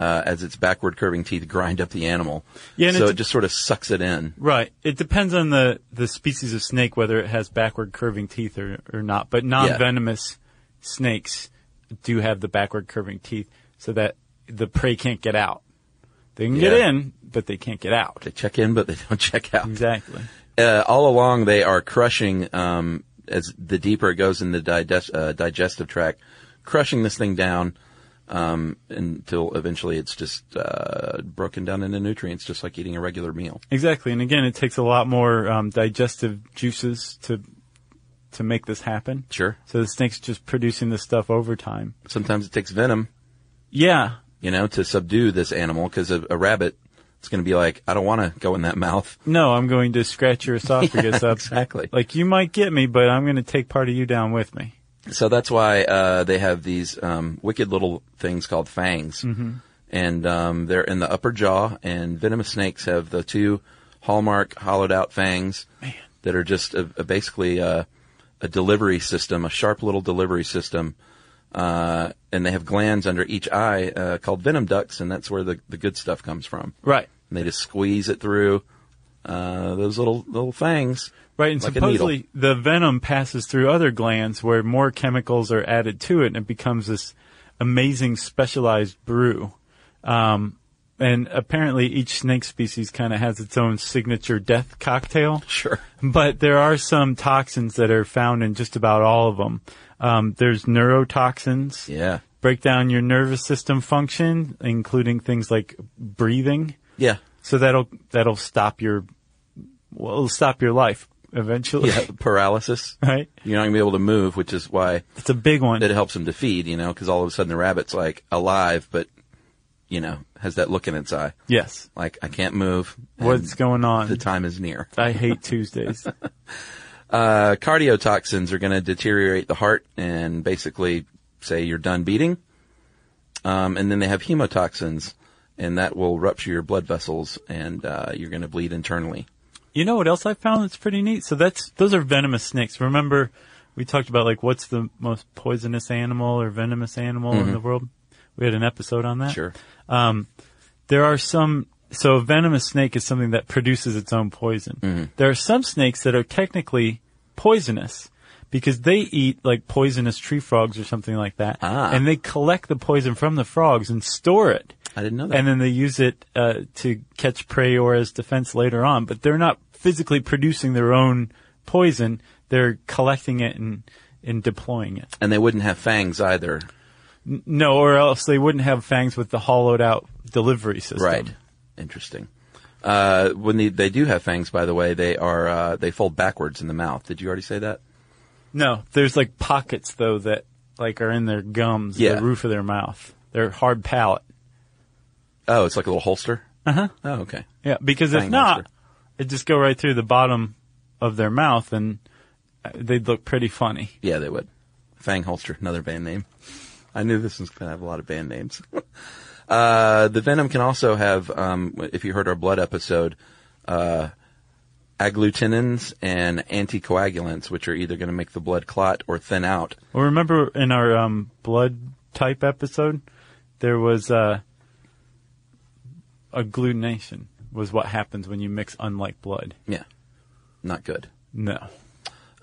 S3: Uh, as its backward curving teeth grind up the animal.
S2: Yeah, and
S3: so
S2: it's-
S3: it just sort of sucks it in.
S2: Right. It depends on the, the species of snake, whether it has backward curving teeth or, or not. But non-venomous snakes do have the backward curving teeth so that the prey can't get out. They can get
S3: Yeah.
S2: in, but they can't get out.
S3: They check in, but they don't check out.
S2: Exactly.
S3: Uh, all along, they are crushing, um, as the deeper it goes in the digest, uh, digestive tract, crushing this thing down um, until eventually it's just uh, broken down into nutrients, just like eating a regular meal.
S2: Exactly. And again, it takes a lot more um, digestive juices to to make this happen.
S3: Sure.
S2: So the snake's just producing this stuff over time.
S3: Sometimes it takes venom,
S2: Yeah.
S3: you know, to subdue this animal because a, a rabbit, it's going to be like, I don't want to go in that mouth.
S2: No, I'm going to scratch your esophagus up.
S3: exactly.
S2: Like you might get me, but I'm going to take part of you down with me.
S3: So that's why uh, they have these um, wicked little things called fangs and um, they're in the upper jaw. And venomous snakes have the two hallmark hollowed out fangs that are just a, a basically a, a delivery system, a sharp little delivery system. Uh, and they have glands under each eye uh, called venom ducts, and that's where the, the good stuff comes from.
S2: Right.
S3: And they just squeeze it through uh, those little little fangs.
S2: Right, and
S3: like a needle.
S2: supposedly the venom passes through other glands where more chemicals are added to it, and it becomes this amazing specialized brew. Um, and apparently, each snake species kind of has its own signature death cocktail.
S3: Sure.
S2: But there are some toxins that are found in just about all of them. Um, there's neurotoxins.
S3: Yeah.
S2: Break down your nervous system function, including things like breathing.
S3: Yeah.
S2: So that'll that'll stop your well, it'll stop your life eventually,
S3: Yeah. Paralysis.
S2: right?
S3: You're not gonna be able to move, which is why
S2: It's a big one.
S3: it helps them to feed. You know, because all of a sudden the rabbit's like alive, but you know has that look in its eye,
S2: yes.
S3: like I can't move. and
S2: What's going
S3: The
S2: on?
S3: time is near.
S2: I hate Tuesdays.
S3: Uh, cardiotoxins are going to deteriorate the heart and basically say you're done beating. Um, and then they have hemotoxins, and that will rupture your blood vessels, and uh, you're going to bleed internally.
S2: you know what else I found that's pretty neat? So that's those are venomous snakes. Remember, we talked about like what's the most poisonous animal or venomous animal in the world. We had an episode on that.
S3: Mm-hmm. Sure.
S2: there are some so a venomous snake is something that produces its own poison.
S3: Mm-hmm.
S2: There are some snakes that are technically poisonous because they eat like poisonous tree frogs or something like that,
S3: Ah.
S2: and they collect the poison from the frogs and store it,
S3: I didn't know that.
S2: and then they use it uh, to catch prey or as defense later on. But they're not physically producing their own poison; they're collecting it and and deploying it.
S3: and they wouldn't have fangs either.
S2: No, or else they wouldn't have fangs with the hollowed out delivery system.
S3: Right. Interesting. Uh, when they, they do have fangs, by the way, they are uh, they fold backwards in the mouth. Did you already say that?
S2: No, there's like pockets though that like are in their gums,
S3: Yeah.
S2: the roof of their mouth, their hard palate.
S3: Oh, it's like a little holster. Uh huh. Oh, okay.
S2: Yeah, because if
S3: Fang
S2: not,
S3: monster.
S2: it just go right through the bottom of their mouth, and uh, they'd look pretty funny.
S3: Yeah, they would. Fang Holster, another band name. I knew this was going to have a lot of band names. uh, the venom can also have, um, if you heard our blood episode, uh, agglutinins and anticoagulants, which are either going to make the blood clot or thin out.
S2: Well, remember in our um, blood type episode, there was uh, agglutination was what happens when you mix unlike blood.
S3: Yeah, not good.
S2: No,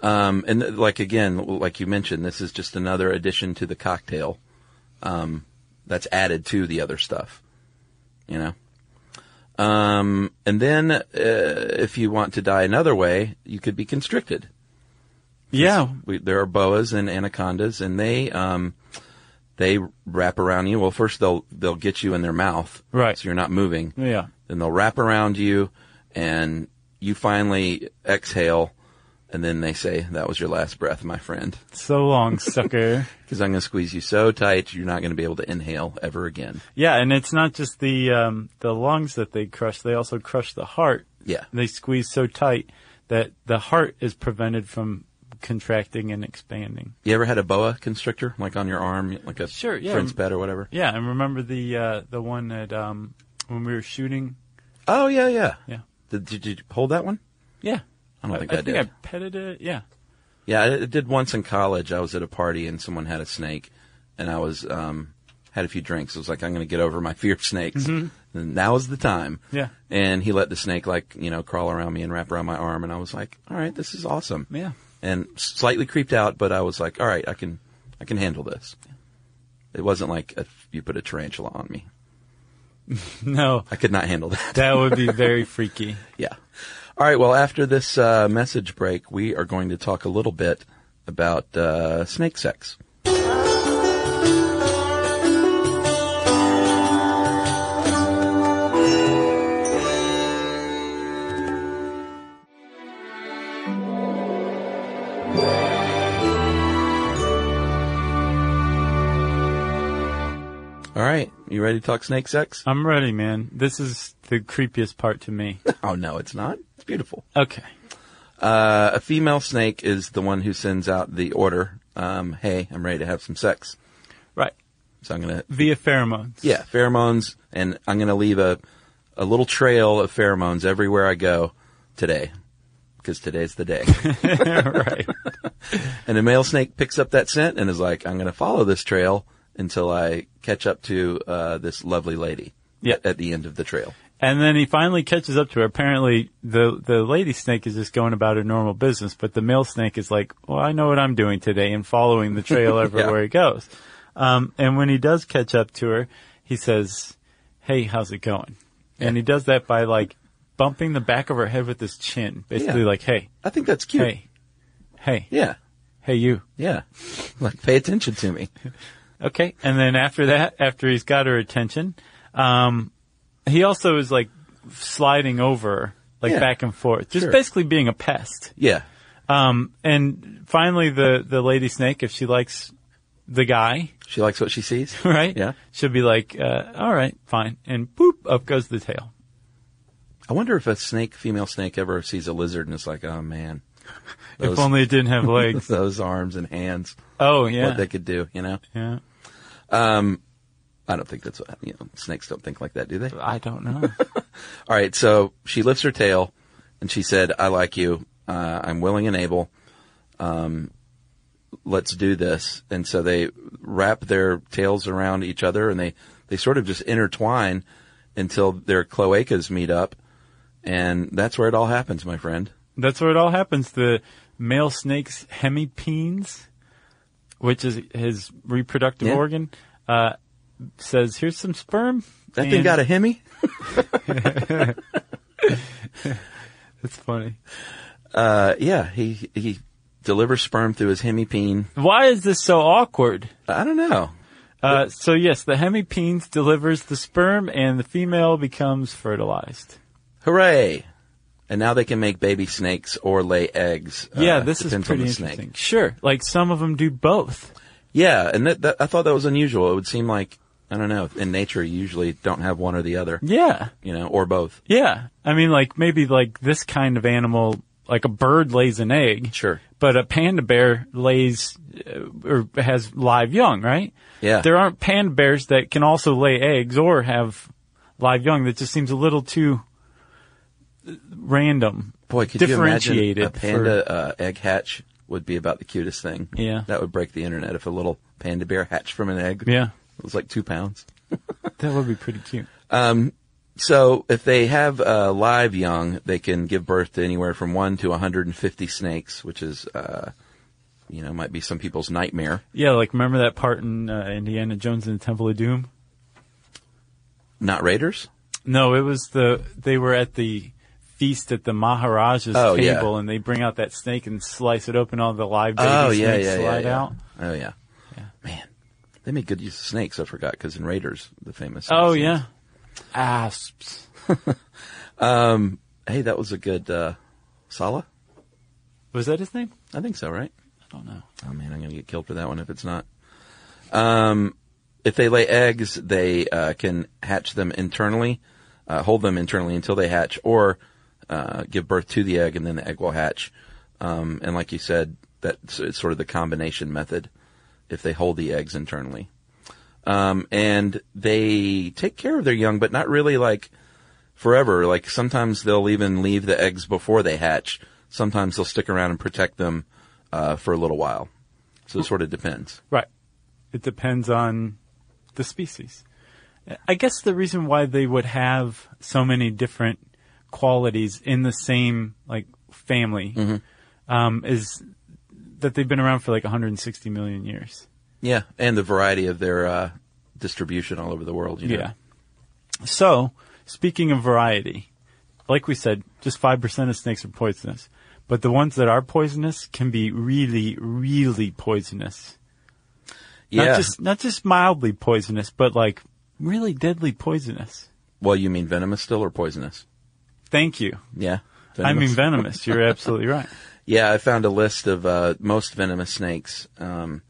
S3: Um, and th- like again, like you mentioned, this is just another addition to the cocktail. Um, that's added to the other stuff, you know. Um, and then uh, if you want to die another way, you could be constricted.
S2: yeah,
S3: We, there are boas and anacondas, and they um, they wrap around you. Well, first they'll they'll get you in their mouth,
S2: Right.
S3: So you're not moving
S2: yeah.
S3: then they'll wrap around you and you finally exhale and then they say that was your last breath my friend
S2: So long, sucker.
S3: because i'm going to squeeze you so tight you're not going to be able to inhale ever again
S2: Yeah, and it's not just the um, the lungs that they crush; they also crush the heart.
S3: yeah
S2: They squeeze so tight that the heart is prevented from contracting and expanding.
S3: you ever had a boa constrictor like on your arm like a
S2: Sure, yeah.
S3: friend's pet or whatever
S2: Yeah, and remember the uh, the one that um, when we were shooting.
S3: oh yeah yeah
S2: Yeah,
S3: did, did you hold that one
S2: yeah.
S3: i don't think
S2: I,
S3: i,
S2: think
S3: did
S2: I petted it. Yeah,
S3: Yeah, I I did once in college. I was at a party and someone had a snake, and I was um, had a few drinks. I was like, I'm going to get over my fear of snakes. And now is the time.
S2: Mm-hmm. Yeah.
S3: And he let the snake like you know crawl around me and wrap around my arm, and I was like, all right, this is awesome.
S2: yeah.
S3: And slightly creeped out, but I was like, all right, I can I can handle this. It wasn't like a, you put a tarantula on me.
S2: No,
S3: I could not handle that.
S2: that would be very freaky.
S3: Yeah. All right. Well, after this uh, message break, we are going to talk a little bit about uh, snake sex. All right, you ready to talk snake sex?
S2: I'm ready, man. This is the creepiest part to me.
S3: Oh no, it's not. It's beautiful.
S2: Okay.
S3: Uh, a female snake is the one who sends out the order, um, hey, I'm ready to have some sex.
S2: Right.
S3: So I'm going to
S2: via pheromones.
S3: yeah, pheromones, and I'm going to leave a a little trail of pheromones everywhere I go today, because today's the day.
S2: right.
S3: and a male snake picks up that scent and is like, "I'm going to follow this trail until I catch up to uh, this lovely lady."
S2: Yeah.
S3: at the end of the trail.
S2: And then he finally catches up to her. Apparently, the the lady snake is just going about her normal business, but the male snake is like, "Well, I know what I'm doing today," and following the trail everywhere he goes. Um, and when he does catch up to her, he says, "Hey, how's it going?" And he does that by like bumping the back of her head with his chin, basically
S3: Yeah.
S2: like, "Hey,
S3: I think that's cute.
S2: hey, hey,
S3: Yeah,
S2: hey, you."
S3: yeah. Like, pay attention to me.
S2: Okay. And then after that, after he's got her attention, um, he also is like sliding over, like
S3: Yeah.
S2: back and forth, just
S3: Sure.
S2: basically being a pest.
S3: Yeah,
S2: Um, and finally the, the lady snake, if she likes the guy,
S3: she likes what she sees.
S2: right?
S3: Yeah.
S2: She'll be like, uh, all right, fine. And boop, up goes the tail.
S3: I wonder if a snake, female snake, ever sees a lizard and is like, "Oh man,
S2: If only it didn't have legs.
S3: those arms and hands,
S2: oh, yeah.
S3: what they could do." You know.
S2: yeah.
S3: I don't think that's what, you know, snakes don't think like that, do they?
S2: I don't know.
S3: All right. So she lifts her tail and she said, I like you. Uh, I'm willing and able. Um, let's do this. And so they wrap their tails around each other and they, they sort of just intertwine until their cloacas meet up. And that's where it all happens, my friend.
S2: That's where it all happens. The male snake's hemipenes, which is his reproductive
S3: Yeah.
S2: organ, uh, says, "Here's some sperm."
S3: That thing
S2: and-
S3: got a hemi.
S2: That's funny.
S3: Uh, yeah, he, he delivers sperm through his hemipene.
S2: Why is this so awkward?
S3: I don't know.
S2: Uh, so yes, the hemipenes delivers the sperm, and the female becomes fertilized.
S3: Hooray. And now they can make baby snakes or lay eggs.
S2: yeah,
S3: uh,
S2: this is
S3: depends on
S2: pretty
S3: the snake.
S2: interesting. Sure, like some of them do both.
S3: Yeah, and that, that, I thought that was unusual. It would seem like I don't know. In nature, you usually don't have one or the other,
S2: Yeah,
S3: you know, or both.
S2: yeah. I mean, like maybe like this kind of animal, like a bird lays an egg.
S3: Sure.
S2: but a panda bear lays uh, or has live young, right?
S3: Yeah.
S2: There aren't panda bears that can also lay eggs or have live young. That just seems a little too uh, random.
S3: Boy, could you imagine
S2: differentiated
S3: a panda uh, egg hatch would be about the cutest thing.
S2: Yeah.
S3: that would break the internet if a little panda bear hatched from an egg.
S2: Yeah,
S3: it was like two pounds.
S2: that would be pretty cute.
S3: So if they have uh, live young, they can give birth to anywhere from one to 150 snakes, which is, uh, you know, might be some people's nightmare.
S2: Yeah, like remember that part in uh, Indiana Jones and the Temple of Doom?
S3: Not raiders.
S2: No, it was the they were at the feast at the Maharaja's
S3: Oh, yeah.
S2: table, and they bring out that snake and slice it open. All the live baby
S3: Oh
S2: snakes
S3: yeah, yeah, yeah,
S2: slide
S3: yeah.
S2: out.
S3: Oh yeah. Man, they made good use of snakes. I forgot because in Raiders, the famous.
S2: Oh
S3: snakes.
S2: yeah, asps.
S3: Hey, that was a good uh, Sala.
S2: Was that his name?
S3: I think so, right?
S2: I don't know.
S3: Oh man, I'm gonna get killed for that one if it's not. Um, if they lay eggs, they uh, can hatch them internally, uh, hold them internally until they hatch, or uh, give birth to the egg, and then the egg will hatch. Um, and like you said, that's it's sort of the combination method. If they hold the eggs internally, um, and they take care of their young, but not really like forever. Like sometimes they'll even leave the eggs before they hatch. Sometimes they'll stick around and protect them uh, for a little while. So it sort of depends.
S2: Right. It depends on the species. I guess the reason why they would have so many different qualities in the same like family um, is that they've been around for like 160 million years.
S3: Yeah, and the variety of their uh, distribution all over the world. You know?
S2: So speaking of variety, like we said, just five percent of snakes are poisonous, but the ones that are poisonous can be really, really poisonous. Not
S3: yeah.
S2: just not just mildly poisonous, but like really deadly poisonous.
S3: Well, you mean venomous still or poisonous?
S2: Thank you.
S3: Yeah,
S2: I mean
S3: Venomous.
S2: venomous. You're absolutely right.
S3: Yeah, I found a list of uh, most venomous snakes. Um,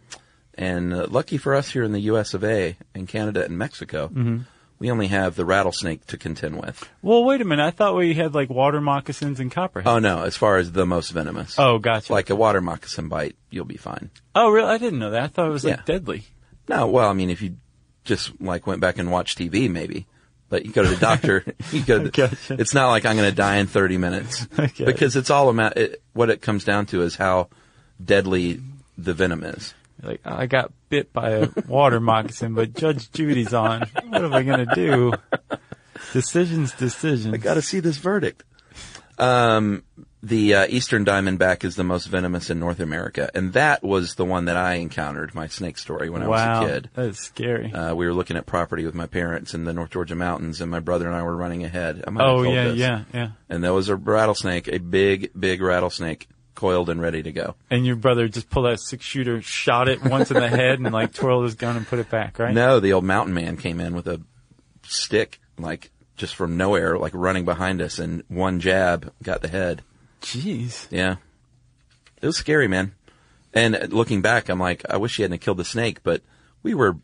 S3: and uh, lucky for us here in the U.S. of A. and Canada and Mexico,
S2: Mm-hmm.
S3: we only have the rattlesnake to contend with.
S2: Well, wait a minute. I thought we had like water moccasins and copperheads.
S3: Oh no, as far as the most venomous.
S2: Oh, gotcha.
S3: Uh, Like a water moccasin bite, you'll be fine.
S2: oh, really? I didn't know that. I thought it was like
S3: Yeah.
S2: deadly.
S3: No, well, I mean, if you just like went back and watched TV maybe. But you go to the doctor, you go to the-
S2: Gotcha.
S3: it's not like I'm going to die in 30 minutes
S2: Okay.
S3: because it's all about it, what it comes down to is how deadly the venom is.
S2: Like, oh, I got bit by a water moccasin, but Judge Judy's on. What am I going to do? Decisions, decisions.
S3: I got to see this verdict. Um, the uh, Eastern Diamondback is the most venomous in North America, and that was the one that I encountered my snake story when I
S2: wow.
S3: was a kid.
S2: That is scary.
S3: Uh, we were looking at property with my parents in the North Georgia mountains, and my brother and I were running ahead. I might have
S2: oh,
S3: told
S2: yeah,
S3: this.
S2: yeah, yeah.
S3: And there was a rattlesnake, a big, big rattlesnake, coiled and ready to go.
S2: And your brother just pulled out a six shooter, shot it once in the head, and like twirled his gun and put it back, right?
S3: No, the old mountain man came in with a stick, like just from nowhere, like running behind us, and one jab got the head.
S2: Jeez.
S3: Yeah. It was scary, man. And uh, looking back, I'm like, I wish he hadn't killed the snake, but we were,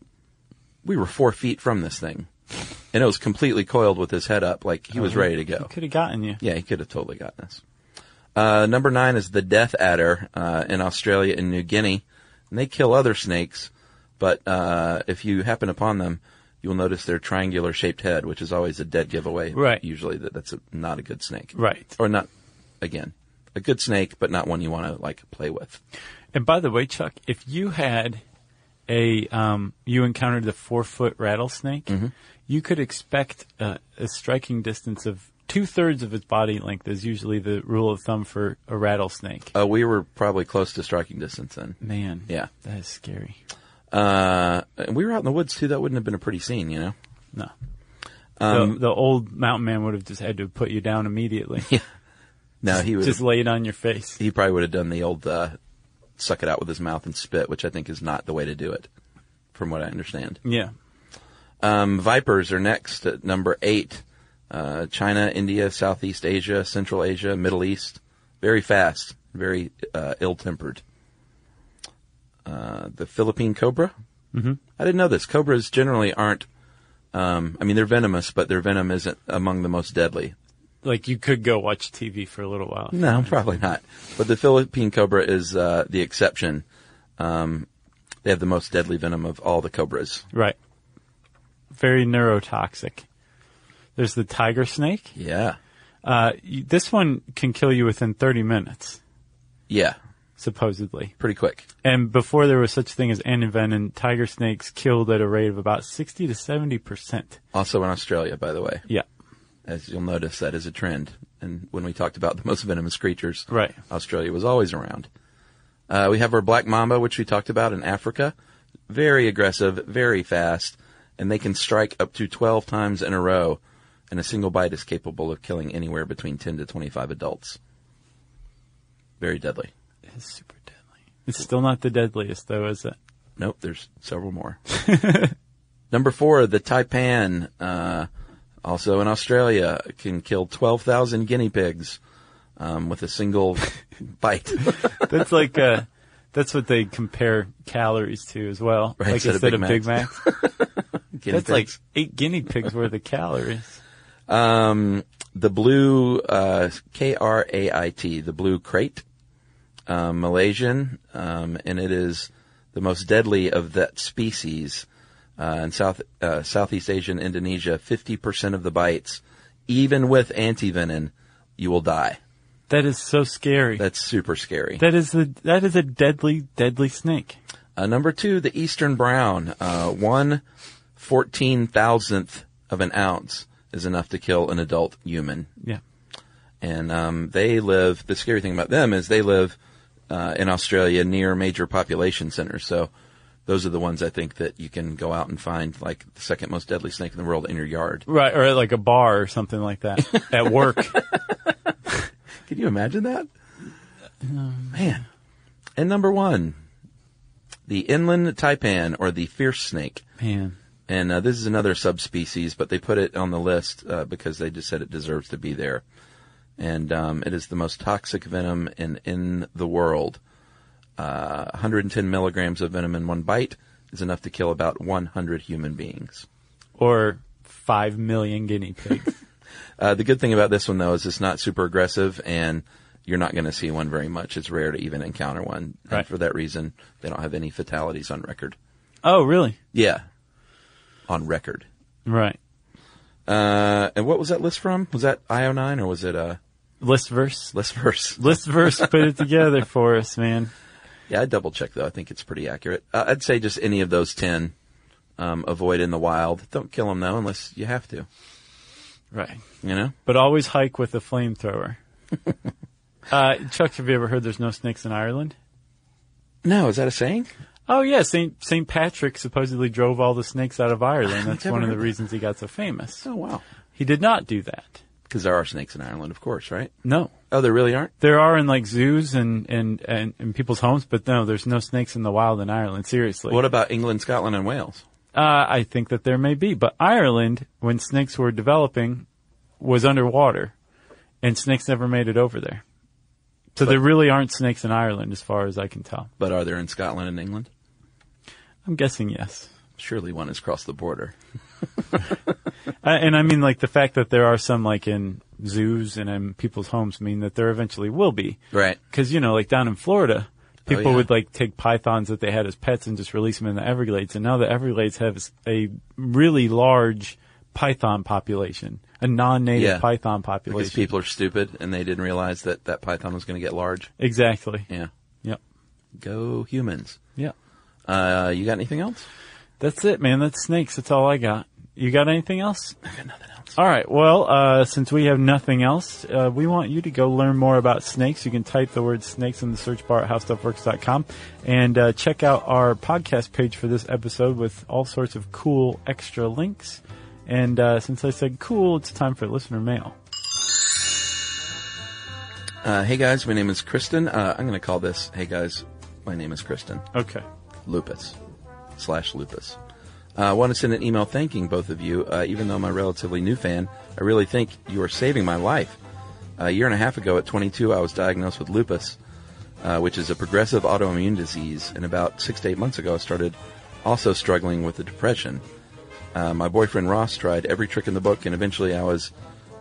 S3: we were four feet from this thing. And it was completely coiled with his head up, like he
S2: Oh.
S3: was ready to go.
S2: Could have gotten you.
S3: Yeah, he could have totally gotten us. Uh, number nine is the death adder, uh, in Australia and New Guinea. And they kill other snakes, but, uh, if you happen upon them, you'll notice their triangular shaped head, which is always a dead giveaway.
S2: Right.
S3: Usually that that's a, not a good snake
S2: Right.
S3: or not again a good snake but not one you want to like play with
S2: And by the way, Chuck, if you had a um, you encountered the four foot rattlesnake, you could expect a, a striking distance of two thirds of its body length is usually the rule of thumb for a rattlesnake.
S3: uh, we were probably close to striking distance then
S2: Man,
S3: Yeah.
S2: that is scary.
S3: uh, and we were out in the woods too that wouldn't have been a pretty scene you know
S2: No, the, the old mountain man would have just had to put you down immediately.
S3: no he would
S2: just laid on your face.
S3: he probably would have done the old uh, suck it out with his mouth and spit which i think is not the way to do it from what i understand
S2: Yeah,
S3: um, vipers are next at number eight uh, china india southeast asia central asia middle east very fast very uh, ill-tempered uh, the philippine cobra I didn't know this. Cobras generally aren't. Um, I mean, they're venomous, but their venom isn't among the most deadly.
S2: like you could go watch TV for a little while.
S3: No, probably not. But the Philippine cobra is uh, the exception. Um, they have the most deadly venom of all the cobras.
S2: Right. Very neurotoxic. There's the tiger snake.
S3: Yeah,
S2: Uh, y- this one can kill you within 30 minutes,
S3: yeah,
S2: supposedly.
S3: pretty quick.
S2: And before there was such thing as antivenin, tiger snakes killed at a rate of about 60 to 70 percent.
S3: Also in Australia, by the way,
S2: Yeah,
S3: as you'll notice, that is a trend. And when we talked about the most venomous creatures,
S2: Right.
S3: Australia was always around. Uh, we have our black mamba, which we talked about in Africa. Very aggressive, very fast, and they can strike up to 12 times in a row. And a single bite is capable of killing anywhere between 10 to 25 adults. Very deadly.
S2: it's super deadly. It's still not the deadliest though, is it?
S3: Nope, there's several more. Number four, the taipan, uh, also in Australia, can kill 12,000 guinea pigs um, with a single bite.
S2: That's like, uh, that's what they compare calories to as well.
S3: Right,
S2: like
S3: instead of Big
S2: Big Macs.
S3: Guinea
S2: that's like
S3: pigs.
S2: eight guinea pigs worth of calories.
S3: um, the blue uh, K R A I T, the blue crate, um, Malaysian, um, and it is the most deadly of that species. Uh, in South uh, Southeast Asia and Indonesia, 50% of the bites, even with antivenin, you will die.
S2: That is so scary.
S3: That's super scary.
S2: That is the that is a deadly deadly snake.
S3: Uh, number two, the Eastern Brown, uh, one fourteen thousandth of an ounce is enough to kill an adult human,
S2: Yeah.
S3: and um, they live. The scary thing about them is they live uh, in Australia near major population centers. So those are the ones I think that you can go out and find, like the second most deadly snake in the world in your yard.
S2: Right, or like a bar or something like that at work.
S3: Can you imagine that? Man. And number one, the inland taipan or the fierce snake.
S2: Man.
S3: And uh, this is another subspecies, but they put it on the list uh, because they just said it deserves to be there. And um, it is the most toxic venom in, in the world. Uh, 110 milligrams of venom in one bite is enough to kill about 100 human beings.
S2: Or five million guinea pigs.
S3: Uh, the good thing about this one, though, is it's not super aggressive, and you're not going to see one very much. It's rare to even encounter one. And
S2: Right.
S3: for that reason, they don't have any fatalities on record.
S2: oh, really?
S3: Yeah. on record.
S2: Right.
S3: Uh, and what was that list from? Was that IO9 or was it uh,
S2: Listverse.
S3: Listverse?
S2: Listverse put it together for us, man.
S3: Yeah, I double checked though. I think it's pretty accurate. Uh, I'd say just any of those 10. Um, avoid in the wild. Don't kill them though, unless you have to.
S2: Right.
S3: You know?
S2: But always hike with a flamethrower. uh, Chuck, have you ever heard there's no snakes in Ireland?
S3: No, is that a saying?
S2: Oh yeah, Saint Saint Patrick supposedly drove all the snakes out of Ireland. That's
S3: never
S2: one of
S3: heard
S2: the
S3: that.
S2: reasons he got so famous.
S3: Oh wow.
S2: He did not do that.
S3: Because there are snakes in Ireland, of course, right?
S2: No.
S3: Oh, there really aren't.
S2: There are in like zoos and, and, and, and people's homes, but no, there's no snakes in the wild in Ireland. Seriously.
S3: What about England, Scotland, and Wales?
S2: Uh, I think that there may be, but Ireland, when snakes were developing, was underwater, and snakes never made it over there. So there really aren't snakes in Ireland, as far as I can tell.
S3: But are there in Scotland and England?
S2: I'm guessing yes.
S3: Surely one has crossed the border.
S2: I, Uh, and I mean, like the fact that there are some like in zoos and in people's homes mean that there eventually will be,
S3: Right.
S2: because you know, like down in Florida, people
S3: Oh, yeah.
S2: would like take pythons that they had as pets and just release them in the Everglades, and now the Everglades have a really large python population, a non-native
S3: Yeah.
S2: python population.
S3: Because people are stupid and they didn't realize that that python was going to get large.
S2: Exactly.
S3: Yeah.
S2: Yep.
S3: Go humans.
S2: Yep.
S3: Uh, you got anything else?
S2: That's it, man. That's snakes. That's all I got. You got anything else?
S3: I got nothing else.
S2: All right. Well, uh, since we have nothing else, uh, we want you to go learn more about snakes. You can type the word snakes in the search bar at howstuffworks.com and uh, check out our podcast page for this episode with all sorts of cool extra links. And uh, since I said cool, it's time for listener mail.
S3: Uh, hey guys, my name is Kristen. Uh, I'm going to call this, hey guys, my name is Kristen.
S2: Okay.
S3: lupus slash lupus. Uh, I want to send an email thanking both of you. Uh, even though I'm a relatively new fan, I really think you are saving my life. A year and a half ago, at 22, I was diagnosed with lupus, uh, which is a progressive autoimmune disease. And about six to eight months ago, I started also struggling with the depression. Uh, my boyfriend Ross tried every trick in the book, and eventually, I was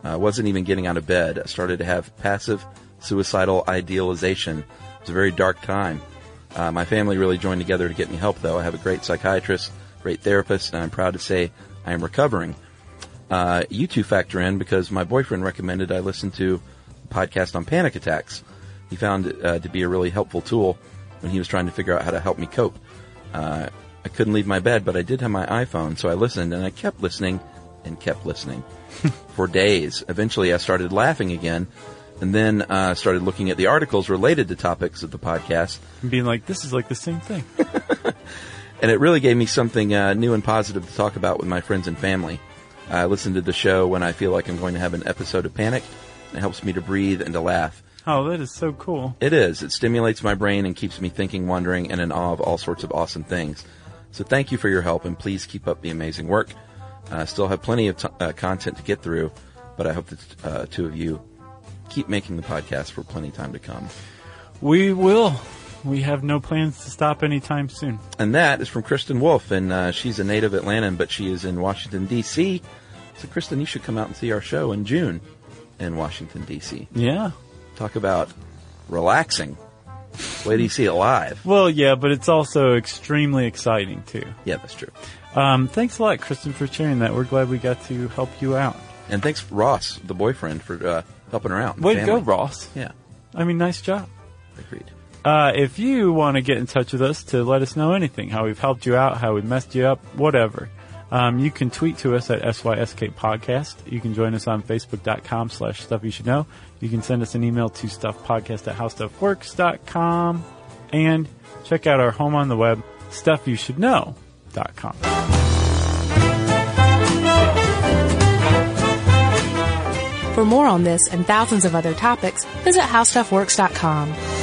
S3: uh, wasn't even getting out of bed. I started to have passive suicidal idealization. It was a very dark time. Uh, my family really joined together to get me help, though. I have a great psychiatrist, great therapist, and I'm proud to say I am recovering. Uh, you two factor in because my boyfriend recommended I listen to a podcast on panic attacks. He found it uh, to be a really helpful tool when he was trying to figure out how to help me cope. Uh, I couldn't leave my bed, but I did have my iPhone, so I listened and I kept listening and kept listening for days. Eventually, I started laughing again, and then uh, started looking at the articles related to topics of the podcast
S2: Being like, this is like the same thing.
S3: and it really gave me something uh, new and positive to talk about with my friends and family. I listen to the show when I feel like I'm going to have an episode of panic. It helps me to breathe and to laugh.
S2: oh, that is so cool.
S3: It is. It stimulates my brain and keeps me thinking, wondering, and in awe of all sorts of awesome things. So thank you for your help, and please keep up the amazing work. I still have plenty of t- uh, content to get through, but I hope that uh, two of you keep making the podcast for plenty of time to come.
S2: We will. We have no plans to stop anytime soon.
S3: And that is from Kristen Wolf, and uh, she's a native Atlantan, but she is in Washington, D.C. So, Kristen, you should come out and see our show in June in Washington, D.C.
S2: Yeah.
S3: Talk about relaxing. Wait till you see it live.
S2: Well, yeah, but it's also extremely exciting too.
S3: Yeah, that's true.
S2: Um, thanks a lot, Kristen, for sharing that. We're glad we got to help you out.
S3: And thanks, Ross, the boyfriend, for uh, helping her out. and
S2: Way to go,
S3: family.
S2: Ross.
S3: Yeah,
S2: I mean, nice job.
S3: agreed.
S2: Uh, if you want to get in touch with us to let us know anything, how we've helped you out, how we messed you up, whatever, um, you can tweet to us at SYSK Podcast. You can join us on Facebook.com slash Stuff You Should Know. You can send us an email to StuffPodcast at HowStuffWorks.com. And check out our home on the web, StuffYouShouldKnow.com.
S1: For more on this and thousands of other topics, visit howstuffworks.com.